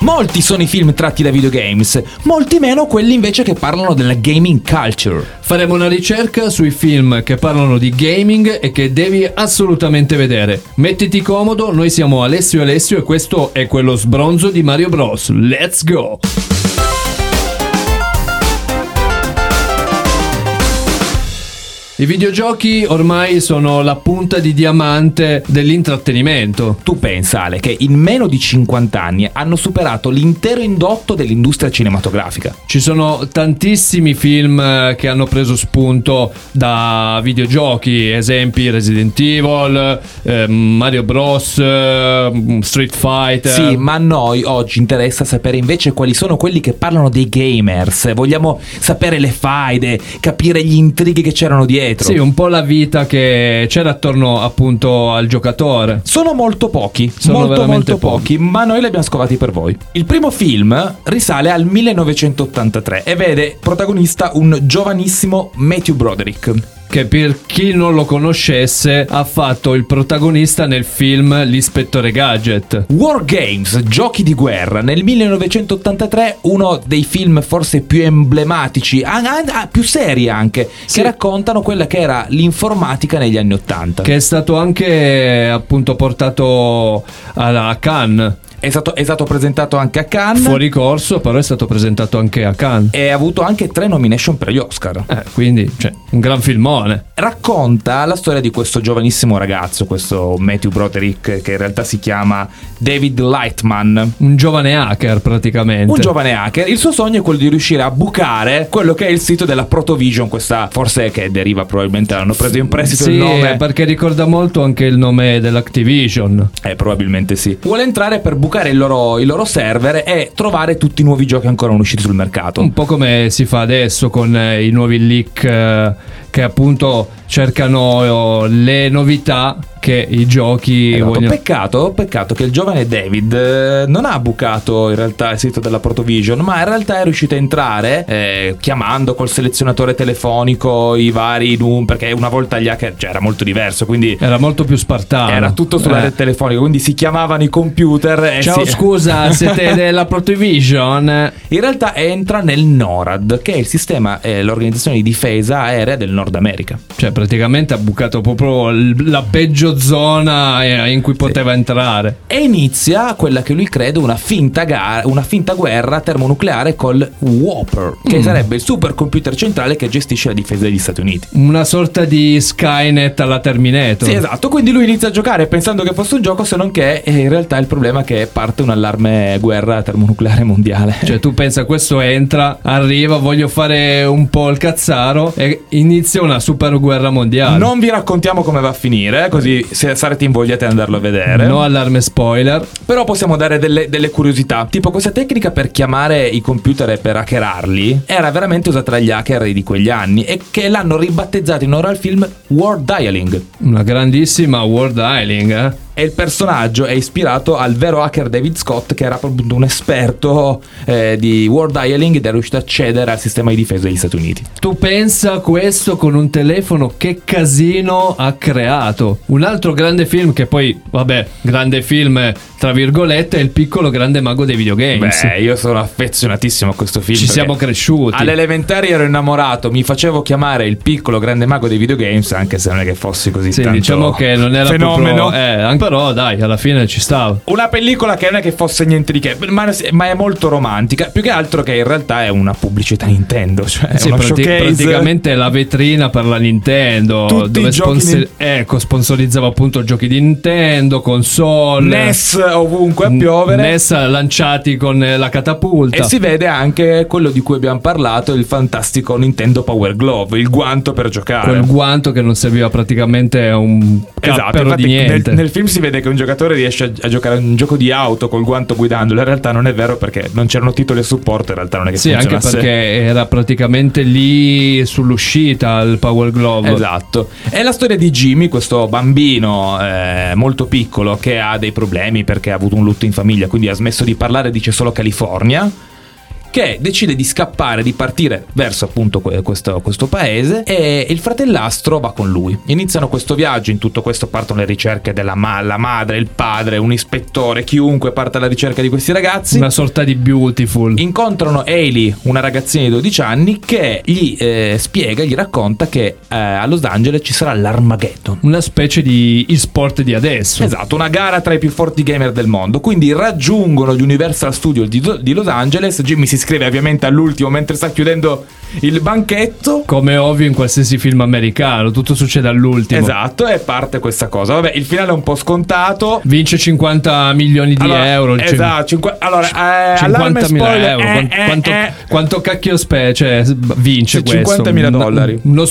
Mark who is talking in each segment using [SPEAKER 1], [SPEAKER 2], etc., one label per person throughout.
[SPEAKER 1] Molti sono i film tratti da videogames, molti meno quelli invece che parlano della gaming culture.
[SPEAKER 2] Faremo una ricerca sui film che parlano di gaming e che devi assolutamente vedere. Mettiti comodo, noi siamo Alessio e Alessio e questo è quello sbronzo di Mario Bros. Let's go! I videogiochi ormai sono la punta di diamante dell'intrattenimento.
[SPEAKER 1] Tu pensa, Ale, che in meno di 50 anni hanno superato l'intero indotto dell'industria cinematografica.
[SPEAKER 2] Ci sono tantissimi film eh, che hanno preso spunto da videogiochi, esempi Resident Evil, eh, Mario Bros, eh, Street Fighter.
[SPEAKER 1] Sì, ma a noi oggi interessa sapere invece quali sono quelli che parlano dei gamers. Vogliamo sapere le faide, capire gli intrighi che c'erano dietro.
[SPEAKER 2] Sì, un po' la vita che c'era attorno appunto al giocatore.
[SPEAKER 1] Sono molto pochi,
[SPEAKER 2] Sono
[SPEAKER 1] molto
[SPEAKER 2] veramente
[SPEAKER 1] molto pochi, ma noi li abbiamo scovati per voi. Il primo film risale al 1983 e vede protagonista un giovanissimo Matthew Broderick.
[SPEAKER 2] che per chi non lo conoscesse ha fatto il protagonista nel film L'ispettore Gadget.
[SPEAKER 1] War Games, giochi di guerra, nel 1983 uno dei film forse più emblematici, ah, ah, ah, più seri anche,
[SPEAKER 2] Sì.
[SPEAKER 1] che raccontano quella che era l'informatica negli anni 80.
[SPEAKER 2] Che è stato anche appunto portato alla- a Cannes,
[SPEAKER 1] È, stato, è stato presentato anche a Cannes
[SPEAKER 2] fuori corso, però è stato presentato anche a Cannes.
[SPEAKER 1] e ha avuto anche tre nomination per gli Oscar.
[SPEAKER 2] Eh, quindi, cioè, un gran filmone.
[SPEAKER 1] racconta la storia di questo giovanissimo ragazzo, questo Matthew Broderick, che in realtà si chiama David Lightman.
[SPEAKER 2] Un giovane hacker praticamente.
[SPEAKER 1] Un giovane hacker, il suo sogno è quello di riuscire a bucare quello che è il sito della Protovision, questa forse che deriva probabilmente, hanno preso in prestito
[SPEAKER 2] sì, eh,
[SPEAKER 1] il nome.
[SPEAKER 2] perché ricorda molto anche il nome dell'Activision.
[SPEAKER 1] Eh, probabilmente sì. Vuole entrare per bucare il loro, il loro server e trovare tutti i nuovi giochi ancora non usciti sul mercato.
[SPEAKER 2] Un po' come si fa adesso con eh, i nuovi leak eh, che appunto cercano eh, le novità che i giochi
[SPEAKER 1] Esatto.
[SPEAKER 2] vogliono.
[SPEAKER 1] Peccato, peccato che il giovane David eh, non ha bucato in realtà il sito della Protovision, ma in realtà è riuscito a entrare eh, chiamando col selezionatore telefonico i vari num, perché una volta gli hacker cioè, era molto diverso, quindi
[SPEAKER 2] Era molto più spartano.
[SPEAKER 1] era tutto sulla
[SPEAKER 2] Eh.
[SPEAKER 1] rete telefonica, quindi si chiamavano i computer e
[SPEAKER 2] Ciao,
[SPEAKER 1] si-
[SPEAKER 2] scusa, siete della Protovision?
[SPEAKER 1] In realtà entra nel NORAD, che è il sistema, eh, l'organizzazione di difesa aerea del Nord America.
[SPEAKER 2] Cioè, praticamente ha bucato proprio l- la peggio zona eh, in cui poteva entrare.
[SPEAKER 1] E inizia quella che lui crede una finta, gara- una finta guerra termonucleare col Whopper, che
[SPEAKER 2] Mm.
[SPEAKER 1] sarebbe il supercomputer centrale che gestisce la difesa degli Stati Uniti.
[SPEAKER 2] Una sorta di Skynet alla Terminator.
[SPEAKER 1] Sì, esatto, quindi lui inizia a giocare pensando che fosse un gioco, se non che eh, in realtà il problema è che parte un'allarme guerra termonucleare mondiale.
[SPEAKER 2] Cioè, tu pensa, questo entra, arriva, voglio fare un po' il cazzaro e inizia una super guerra mondiale.
[SPEAKER 1] non vi raccontiamo come va a finire, così se sarete invogliati ad andarlo a vedere.
[SPEAKER 2] No allarme spoiler.
[SPEAKER 1] Però possiamo dare delle, delle curiosità. Tipo, questa tecnica per chiamare i computer e per hackerarli era veramente usata dagli hacker di quegli anni e che l'hanno ribattezzata in ora al film War Dialing.
[SPEAKER 2] Una grandissima world dialing, eh?
[SPEAKER 1] E il personaggio è ispirato al vero hacker David Scott, che era proprio un esperto eh, di War Dialing ed è riuscito a cedere al sistema di difesa degli Stati Uniti.
[SPEAKER 2] Tu pensa questo con un telefono che casino ha creato. Un altro grande film che poi, vabbè, grande film eh, tra virgolette è Il piccolo grande mago dei videogames.
[SPEAKER 1] Beh, io sono affezionatissimo a questo film.
[SPEAKER 2] Ci
[SPEAKER 1] perché
[SPEAKER 2] siamo cresciuti.
[SPEAKER 1] Alle elementari ero innamorato, mi facevo chiamare il piccolo grande mago dei videogames, anche se non è che fossi così
[SPEAKER 2] Sì,
[SPEAKER 1] tanto
[SPEAKER 2] diciamo che non era
[SPEAKER 1] fenomeno.
[SPEAKER 2] proprio eh, anche- però dai, alla fine ci stava.
[SPEAKER 1] Una pellicola che non è che fosse niente di che, ma, ma è molto romantica. Più che altro che in realtà è una pubblicità Nintendo, cioè è
[SPEAKER 2] Sì,
[SPEAKER 1] uno
[SPEAKER 2] prati-
[SPEAKER 1] showcase.
[SPEAKER 2] Eh, praticamente la vetrina per la Nintendo
[SPEAKER 1] Tutti i
[SPEAKER 2] dove
[SPEAKER 1] giochi
[SPEAKER 2] sponsor-
[SPEAKER 1] Nin-
[SPEAKER 2] ecco, sponsorizzava appunto giochi di Nintendo, console,
[SPEAKER 1] NES ovunque a piovere.
[SPEAKER 2] NES lanciati con eh, la catapulta.
[SPEAKER 1] E si vede anche quello di cui abbiamo parlato, il fantastico Nintendo Power Glove, il guanto per giocare.
[SPEAKER 2] quel guanto che non serviva praticamente a un
[SPEAKER 1] Esatto,
[SPEAKER 2] cappero
[SPEAKER 1] infatti
[SPEAKER 2] di
[SPEAKER 1] nel,
[SPEAKER 2] niente.
[SPEAKER 1] nel film si vede che un giocatore riesce a, a giocare a un gioco di auto col guanto guidandolo, in realtà non è vero perché non c'erano titoli a supporto, in realtà non è che
[SPEAKER 2] Sì, anche
[SPEAKER 1] funzionasse.
[SPEAKER 2] perché era praticamente lì sull'uscita il Power Glove.
[SPEAKER 1] Esatto. È la storia di Jimmy, questo bambino eh, molto piccolo che ha dei problemi perché ha avuto un lutto in famiglia, quindi ha smesso di parlare, dice solo California. che decide di scappare, di partire verso appunto que- questo, questo paese e il fratellastro va con lui. Iniziano questo viaggio, in tutto questo partono le ricerche della ma- la madre, il padre, un ispettore, chiunque parte alla ricerca di questi ragazzi.
[SPEAKER 2] Una sorta di beautiful.
[SPEAKER 1] Incontrano Ailey, una ragazzina di 12 anni, che gli eh, spiega, gli racconta che eh, a Los Angeles ci sarà l'Armageddon.
[SPEAKER 2] Una specie di e-sport di adesso.
[SPEAKER 1] Esatto, una gara tra i più forti gamer del mondo. Quindi raggiungono gli Universal Studios di, di Los Angeles. Jimmy si iscrive ovviamente all'ultimo mentre sta chiudendo il banchetto.
[SPEAKER 2] Come ovvio in qualsiasi film americano, tutto succede all'ultimo.
[SPEAKER 1] Esatto, e parte questa cosa. Vabbè, il finale è un po' scontato.
[SPEAKER 2] Vince 50 milioni di
[SPEAKER 1] Allora,
[SPEAKER 2] euro. il cin-
[SPEAKER 1] Esatto, cinqu- allora, eh, allarme
[SPEAKER 2] 50.000
[SPEAKER 1] spoiler,
[SPEAKER 2] euro,
[SPEAKER 1] eh,
[SPEAKER 2] quant-
[SPEAKER 1] eh,
[SPEAKER 2] quanto,
[SPEAKER 1] eh.
[SPEAKER 2] quanto cacchio specie vince
[SPEAKER 1] Sì,
[SPEAKER 2] questo?
[SPEAKER 1] 50.000
[SPEAKER 2] Un-
[SPEAKER 1] dollari.
[SPEAKER 2] Uno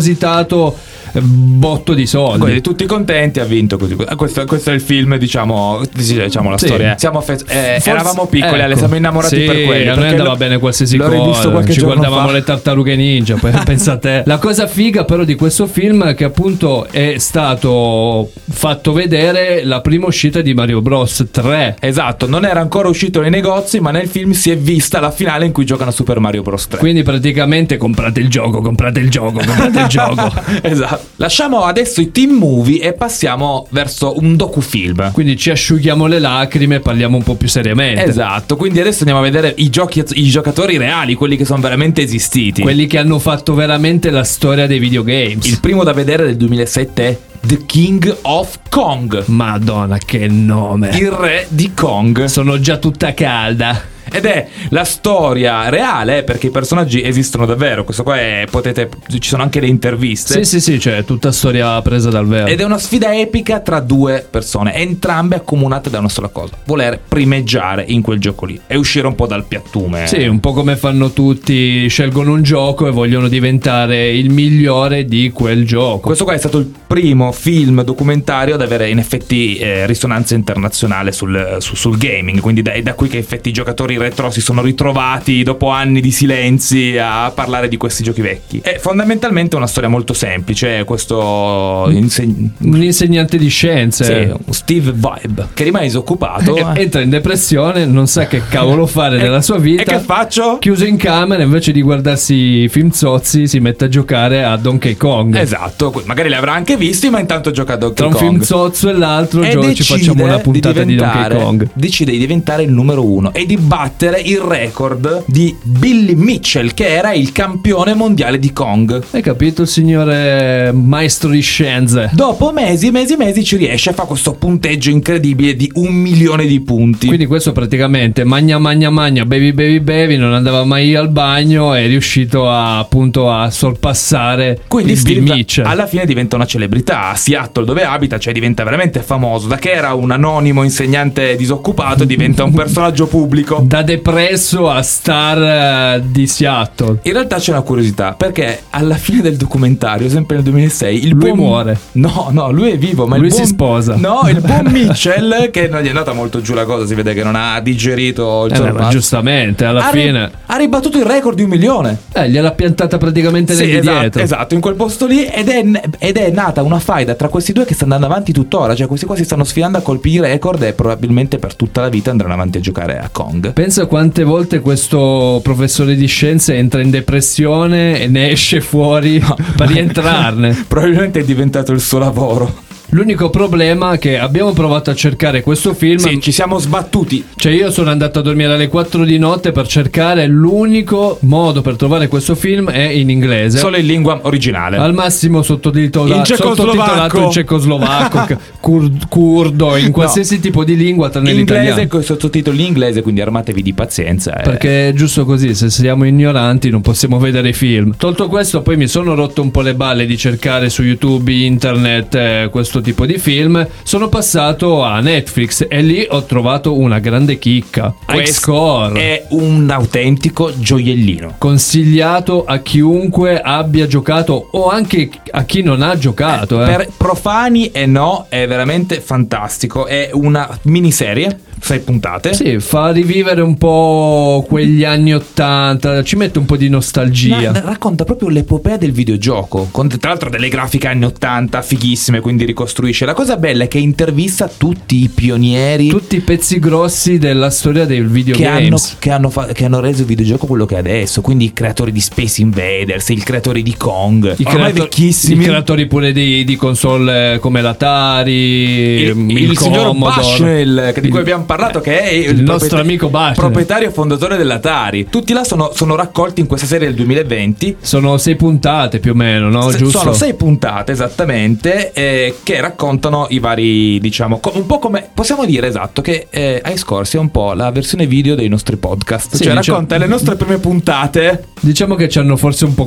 [SPEAKER 2] spropositato eh, botto di
[SPEAKER 1] Quindi
[SPEAKER 2] soldi.
[SPEAKER 1] tutti contenti, ha vinto così. Eh, Questo, questo è il film, diciamo, sì, diciamo la
[SPEAKER 2] Sì.
[SPEAKER 1] storia. Siamo fe- eh,
[SPEAKER 2] Forse-
[SPEAKER 1] eravamo piccoli, Ale,
[SPEAKER 2] ecco.
[SPEAKER 1] siamo innamorati
[SPEAKER 2] Sì,
[SPEAKER 1] per quello.
[SPEAKER 2] A noi
[SPEAKER 1] perché
[SPEAKER 2] andava
[SPEAKER 1] lo-
[SPEAKER 2] bene qualsiasi
[SPEAKER 1] l'ho rivisto
[SPEAKER 2] cosa.
[SPEAKER 1] qualche
[SPEAKER 2] Ci
[SPEAKER 1] giorno
[SPEAKER 2] guardavamo
[SPEAKER 1] fa.
[SPEAKER 2] le tartarughe ninja. Poi pensa a te. La cosa figa, però, di questo film è che appunto è stato fatto vedere la prima uscita di Mario Bros 3.
[SPEAKER 1] Esatto, non era ancora uscito nei negozi, ma nel film si è vista la finale in cui giocano a Super Mario Bros. 3.
[SPEAKER 2] Quindi praticamente comprate il gioco, comprate il gioco, comprate il gioco.
[SPEAKER 1] esatto. Lasciamo adesso i team movie e passiamo verso un docufilm.
[SPEAKER 2] Quindi ci asciughiamo le lacrime e parliamo un po' più seriamente.
[SPEAKER 1] Esatto, quindi adesso andiamo a vedere i, giochi- i giocatori reali, quelli che sono veramente esistiti.
[SPEAKER 2] Quelli che hanno fatto veramente la storia dei videogames.
[SPEAKER 1] Il primo da vedere del 2007 è The King of Kong,
[SPEAKER 2] Madonna, che nome!
[SPEAKER 1] il re di Kong.
[SPEAKER 2] Sono già tutta calda.
[SPEAKER 1] Ed è la storia reale eh, perché i personaggi esistono davvero. Questo qua è, potete, ci sono anche le interviste.
[SPEAKER 2] Sì, sì, sì, cioè, tutta storia presa dal vero.
[SPEAKER 1] Ed è una sfida epica tra due persone, entrambe accomunate da una sola cosa, voler primeggiare in quel gioco lì e uscire un po' dal piattume.
[SPEAKER 2] Sì, un po' come fanno tutti, scelgono un gioco e vogliono diventare il migliore di quel gioco.
[SPEAKER 1] Questo qua è stato il primo film documentario ad avere in effetti eh, risonanza internazionale sul, su- sul gaming, quindi da- è da qui che in effetti i giocatori retro si sono ritrovati dopo anni di silenzi a parlare di questi giochi vecchi. È fondamentalmente una storia molto semplice, eh, questo
[SPEAKER 2] Mm.
[SPEAKER 1] inseg-
[SPEAKER 2] Un insegnante di scienze
[SPEAKER 1] sì, Steve Vibe che rimane disoccupato.
[SPEAKER 2] E- entra in depressione, non sa che cavolo fare
[SPEAKER 1] E-
[SPEAKER 2] nella sua vita.
[SPEAKER 1] E che faccio?
[SPEAKER 2] Chiuso in camera, invece di guardarsi i film zozzi, si mette a giocare a Donkey Kong.
[SPEAKER 1] Esatto, que- magari li avrà anche visti, ma intanto gioca a Donkey
[SPEAKER 2] Tra un
[SPEAKER 1] Kong.
[SPEAKER 2] film zozzo e l'altro,
[SPEAKER 1] E
[SPEAKER 2] gio- ci
[SPEAKER 1] decide
[SPEAKER 2] facciamo una
[SPEAKER 1] di
[SPEAKER 2] puntata di, Donkey
[SPEAKER 1] diventare-
[SPEAKER 2] Kong.
[SPEAKER 1] Decide di diventare il numero uno e di battere il record di Billy Mitchell, che era il campione mondiale di Kong.
[SPEAKER 2] Hai capito, signore maestro di scienze?
[SPEAKER 1] Dopo mesi, mesi, mesi ci riesce, fa questo punteggio incredibile di un milione di punti.
[SPEAKER 2] Quindi questo praticamente magna magna magna, bevi bevi bevi, non andava mai al bagno e è riuscito a, appunto a sorpassare
[SPEAKER 1] Quindi
[SPEAKER 2] il Bill
[SPEAKER 1] Steve
[SPEAKER 2] Mitchell.
[SPEAKER 1] alla fine diventa una celebrità a Seattle dove abita, cioè diventa veramente famoso. Da che era un anonimo insegnante disoccupato, diventa un personaggio pubblico.
[SPEAKER 2] Da depresso a star eh, di Seattle.
[SPEAKER 1] In realtà c'è una curiosità, perché alla fine del documentario, sempre nel 2006, il
[SPEAKER 2] Lui
[SPEAKER 1] buon-
[SPEAKER 2] muore.
[SPEAKER 1] No, no, lui è vivo, ma il
[SPEAKER 2] Lui si
[SPEAKER 1] buon-
[SPEAKER 2] sposa.
[SPEAKER 1] No, il buon Mitchell, che non gli è andata molto giù la cosa, si vede che non ha digerito il
[SPEAKER 2] Eh, beh, ma
[SPEAKER 1] sorpasso,
[SPEAKER 2] giustamente, alla
[SPEAKER 1] ha, ri-
[SPEAKER 2] fine
[SPEAKER 1] ha ribattuto il record di un milione.
[SPEAKER 2] eh, gliel'ha piantata praticamente
[SPEAKER 1] Sì,
[SPEAKER 2] negli
[SPEAKER 1] esatto,
[SPEAKER 2] dietro.
[SPEAKER 1] esatto, in quel posto lì ed è, ed è nata una faida tra questi due che sta andando avanti tuttora, cioè questi qua si stanno sfidando a colpi di record e probabilmente per tutta la vita andranno avanti a giocare a Kong.
[SPEAKER 2] Pensa quante volte questo professore di scienze entra in depressione e ne esce fuori per rientrarne.
[SPEAKER 1] Probabilmente è diventato il suo lavoro.
[SPEAKER 2] L'unico problema è che abbiamo provato a cercare questo film.
[SPEAKER 1] Sì, ci siamo sbattuti
[SPEAKER 2] Cioè io sono andato a dormire alle 4 di notte per cercare l'unico modo per trovare questo film è in inglese.
[SPEAKER 1] solo in lingua originale.
[SPEAKER 2] al massimo sottotitola-
[SPEAKER 1] In
[SPEAKER 2] sottotitolato
[SPEAKER 1] cecoslovacco.
[SPEAKER 2] in cecoslovacco, ca- cur- curdo, in qualsiasi tipo di lingua tranne l'italiano.
[SPEAKER 1] inglese con i sottotitoli in inglese, quindi armatevi di pazienza. eh.
[SPEAKER 2] Perché è giusto così, se siamo ignoranti non possiamo vedere i film. Tolto questo, poi mi sono rotto un po' le balle di cercare su YouTube, internet, eh, questo tipo di film. Sono passato a Netflix e lì ho trovato una grande chicca.
[SPEAKER 1] questo
[SPEAKER 2] X-Core.
[SPEAKER 1] è un autentico gioiellino.
[SPEAKER 2] Consigliato a chiunque abbia giocato o anche a chi non ha giocato. eh.
[SPEAKER 1] Per profani e no, è veramente fantastico. È una miniserie. sei puntate.
[SPEAKER 2] Sì, fa rivivere un po' quegli anni 80, ci mette un po' di nostalgia.
[SPEAKER 1] Ma racconta proprio l'epopea del videogioco, con tra l'altro delle grafiche anni 80 fighissime, quindi ricostruisce. La cosa bella è che intervista tutti i pionieri
[SPEAKER 2] Tutti i pezzi grossi della storia del
[SPEAKER 1] che hanno,
[SPEAKER 2] videogames.
[SPEAKER 1] che hanno fa- che hanno reso il videogioco quello che è adesso, quindi i creatori di Space Invaders, il creatore di Kong,
[SPEAKER 2] I,
[SPEAKER 1] ormai
[SPEAKER 2] creato-
[SPEAKER 1] vecchissimi.
[SPEAKER 2] i creatori pure di, di console eh, come l'Atari,
[SPEAKER 1] il,
[SPEAKER 2] mm,
[SPEAKER 1] il signor
[SPEAKER 2] Commodore.
[SPEAKER 1] Bashel che- di cui
[SPEAKER 2] Il-
[SPEAKER 1] abbiamo parlato che è il,
[SPEAKER 2] il nostro
[SPEAKER 1] proprietà-
[SPEAKER 2] amico Bashel.
[SPEAKER 1] proprietario e fondatore dell'Atari tutti là sono, sono raccolti in questa serie del 2020
[SPEAKER 2] Sono sei puntate più o meno, no?
[SPEAKER 1] Se-
[SPEAKER 2] Oh, Giusto?
[SPEAKER 1] sono sei puntate esattamente eh, che raccontano i vari diciamo co- un po' come possiamo dire esatto che eh, Ice Core sia un po' la versione video dei nostri podcast
[SPEAKER 2] Sì,
[SPEAKER 1] cioè
[SPEAKER 2] diciamo-
[SPEAKER 1] racconta le nostre prime puntate
[SPEAKER 2] Diciamo che ci hanno forse un po'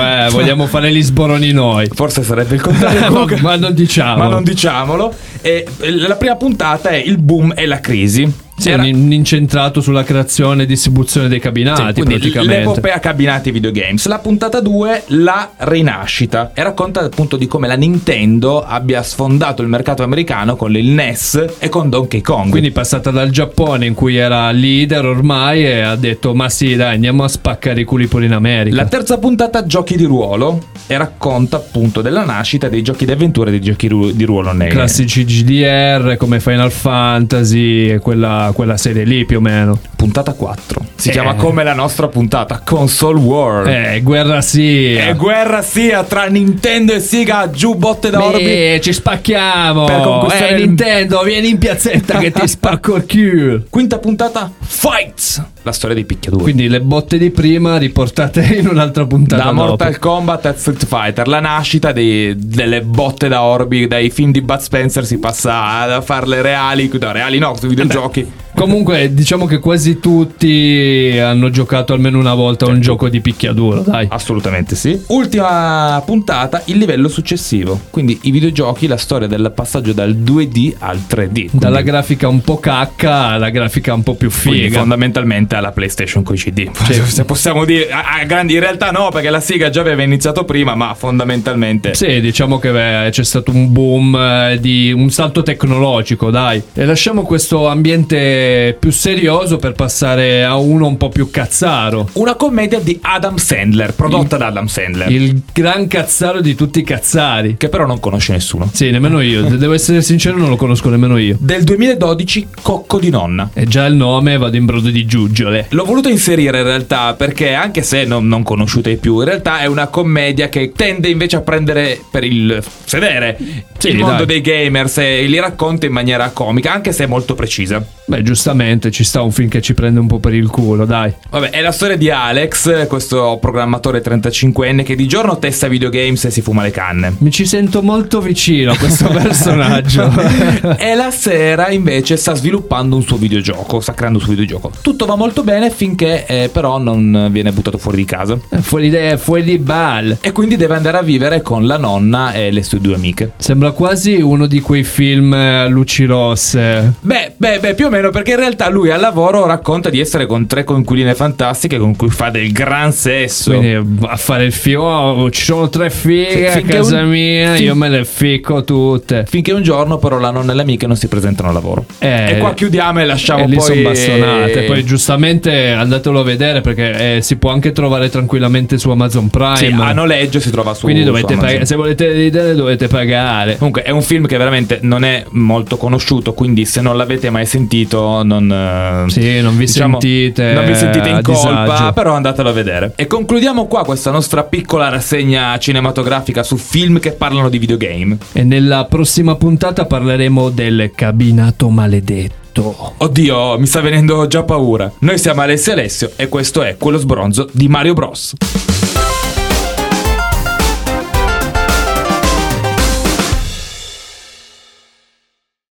[SPEAKER 2] eh? Vogliamo fare gli sboroni noi.
[SPEAKER 1] forse sarebbe il contrario comunque-
[SPEAKER 2] ma non diciamo.
[SPEAKER 1] ma non diciamolo E, eh, la prima puntata è il boom e la crisi
[SPEAKER 2] Sì,
[SPEAKER 1] Era-
[SPEAKER 2] un un incentrato sulla creazione e distribuzione dei
[SPEAKER 1] Sì,
[SPEAKER 2] cabinati,
[SPEAKER 1] quindi
[SPEAKER 2] praticamente.
[SPEAKER 1] l'epopea cabinati videogames. La puntata 2, la rinascita, e racconta appunto di come la Nintendo abbia sfondato il mercato americano con il NES e con Donkey Kong.
[SPEAKER 2] Quindi è passata dal Giappone in cui era leader ormai e ha detto ma sì dai andiamo a spaccare i culi pure in America.
[SPEAKER 1] la terza puntata giochi di ruolo e racconta appunto della nascita dei giochi d'avventura e dei giochi ru- di ruolo nei
[SPEAKER 2] Classici GDR come Final Fantasy e quella, quella serie lì più o meno.
[SPEAKER 1] Puntata 4. Si
[SPEAKER 2] Eh.
[SPEAKER 1] chiama come la nostra puntata Console World.
[SPEAKER 2] Eh, guerra sì.
[SPEAKER 1] E guerra sia tra Nintendo e Sega giù botte da orbi.
[SPEAKER 2] Eh, ci spacchiamo.
[SPEAKER 1] Per conquistare
[SPEAKER 2] eh,
[SPEAKER 1] il-
[SPEAKER 2] Nintendo, vieni in piazzetta che ti spacco il culo.
[SPEAKER 1] Quinta puntata Fights, la storia dei picchiaduri.
[SPEAKER 2] Quindi le botte di prima riportate in un'altra puntata.
[SPEAKER 1] Da
[SPEAKER 2] dopo.
[SPEAKER 1] Mortal Kombat a Street Fighter, la nascita dei- delle botte da Orbi, dai film di Bud Spencer si passa a farle reali, no, reali no, sui videogiochi.
[SPEAKER 2] Comunque, diciamo che quasi tutti hanno giocato almeno una volta a un
[SPEAKER 1] Certo.
[SPEAKER 2] gioco di picchiaduro,
[SPEAKER 1] Ah,
[SPEAKER 2] dai.
[SPEAKER 1] Assolutamente sì. Ultima puntata, il livello successivo. Quindi i videogiochi, la storia del passaggio dal 2D al 3D. Quindi-
[SPEAKER 2] Dalla grafica un po' cacca alla grafica un po' più
[SPEAKER 1] quindi
[SPEAKER 2] figa.
[SPEAKER 1] fondamentalmente alla PlayStation con i CD. Cioè, Se possiamo dire, a, a grandi, in realtà no, perché la Sega già aveva iniziato prima, ma fondamentalmente
[SPEAKER 2] Sì, diciamo che beh, c'è stato un boom eh, di un salto tecnologico, dai. E lasciamo questo ambiente più serioso per passare a uno un po' più cazzaro.
[SPEAKER 1] una commedia di Adam Sandler, prodotta da Adam Sandler.
[SPEAKER 2] Il gran cazzaro di tutti i cazzari.
[SPEAKER 1] che però non conosce nessuno.
[SPEAKER 2] Sì, nemmeno io. De- Devo essere sincero, non lo conosco nemmeno io.
[SPEAKER 1] Del 2012, Cocco di nonna.
[SPEAKER 2] E già il nome vado in brodo di giuggiole.
[SPEAKER 1] L'ho voluto inserire in realtà perché, anche se non, non conosciuta ai più, in realtà è una commedia che tende invece a prendere per il sedere
[SPEAKER 2] Sì,
[SPEAKER 1] il mondo dei
[SPEAKER 2] dai.
[SPEAKER 1] gamers e li racconta in maniera comica, anche se è molto precisa.
[SPEAKER 2] Beh, giustamente ci sta un film che ci prende un po' per il culo, dai.
[SPEAKER 1] Vabbè, è la storia di Alex, questo programmatore 35enne che di giorno testa videogames e si fuma le canne.
[SPEAKER 2] Mi ci sento molto vicino a questo personaggio.
[SPEAKER 1] e la sera invece sta sviluppando un suo videogioco, sta creando un suo videogioco. Tutto va molto bene finché eh, però non viene buttato fuori di casa.
[SPEAKER 2] fuori idea, fuori di bal.
[SPEAKER 1] E quindi deve andare a vivere con la nonna e le sue due amiche.
[SPEAKER 2] Sembra quasi uno di quei film eh, a luci rosse.
[SPEAKER 1] Beh, beh, beh, più o meno perché in realtà lui al lavoro racconta di essere con tre conquiline fantastiche con cui fa del gran sesso.
[SPEAKER 2] Quindi a fare il figo, oh, ci sono tre fighe
[SPEAKER 1] Sì,
[SPEAKER 2] a
[SPEAKER 1] finché
[SPEAKER 2] casa
[SPEAKER 1] un-
[SPEAKER 2] mia,
[SPEAKER 1] fin-
[SPEAKER 2] io me le ficco tutte.
[SPEAKER 1] Finché un giorno però la nonna e le amiche non si presentano al lavoro.
[SPEAKER 2] Eh,
[SPEAKER 1] e qua chiudiamo e lasciamo
[SPEAKER 2] e lì
[SPEAKER 1] poi...
[SPEAKER 2] sono bastonate. Poi giustamente andatelo a vedere perché eh, si può anche trovare tranquillamente su Amazon Prime.
[SPEAKER 1] Sì, a noleggio si trova su
[SPEAKER 2] Quindi
[SPEAKER 1] su
[SPEAKER 2] dovete
[SPEAKER 1] Amazon.
[SPEAKER 2] pagare, se volete vedere dovete pagare.
[SPEAKER 1] Comunque è un film che veramente non è molto conosciuto, quindi se non l'avete mai sentito non... eh,
[SPEAKER 2] Sì, non vi
[SPEAKER 1] diciamo,
[SPEAKER 2] sentite
[SPEAKER 1] non vi sentite in
[SPEAKER 2] a
[SPEAKER 1] colpa,
[SPEAKER 2] disagio.
[SPEAKER 1] però andatelo a vedere. E concludiamo qua questa nostra piccola rassegna cinematografica su film che parlano di videogame.
[SPEAKER 2] E nella prossima puntata parleremo del cabinato maledetto.
[SPEAKER 1] Oddio, mi sta venendo già paura. Noi siamo Alessi Alessio e questo è quello sbronzo di Mario Bros.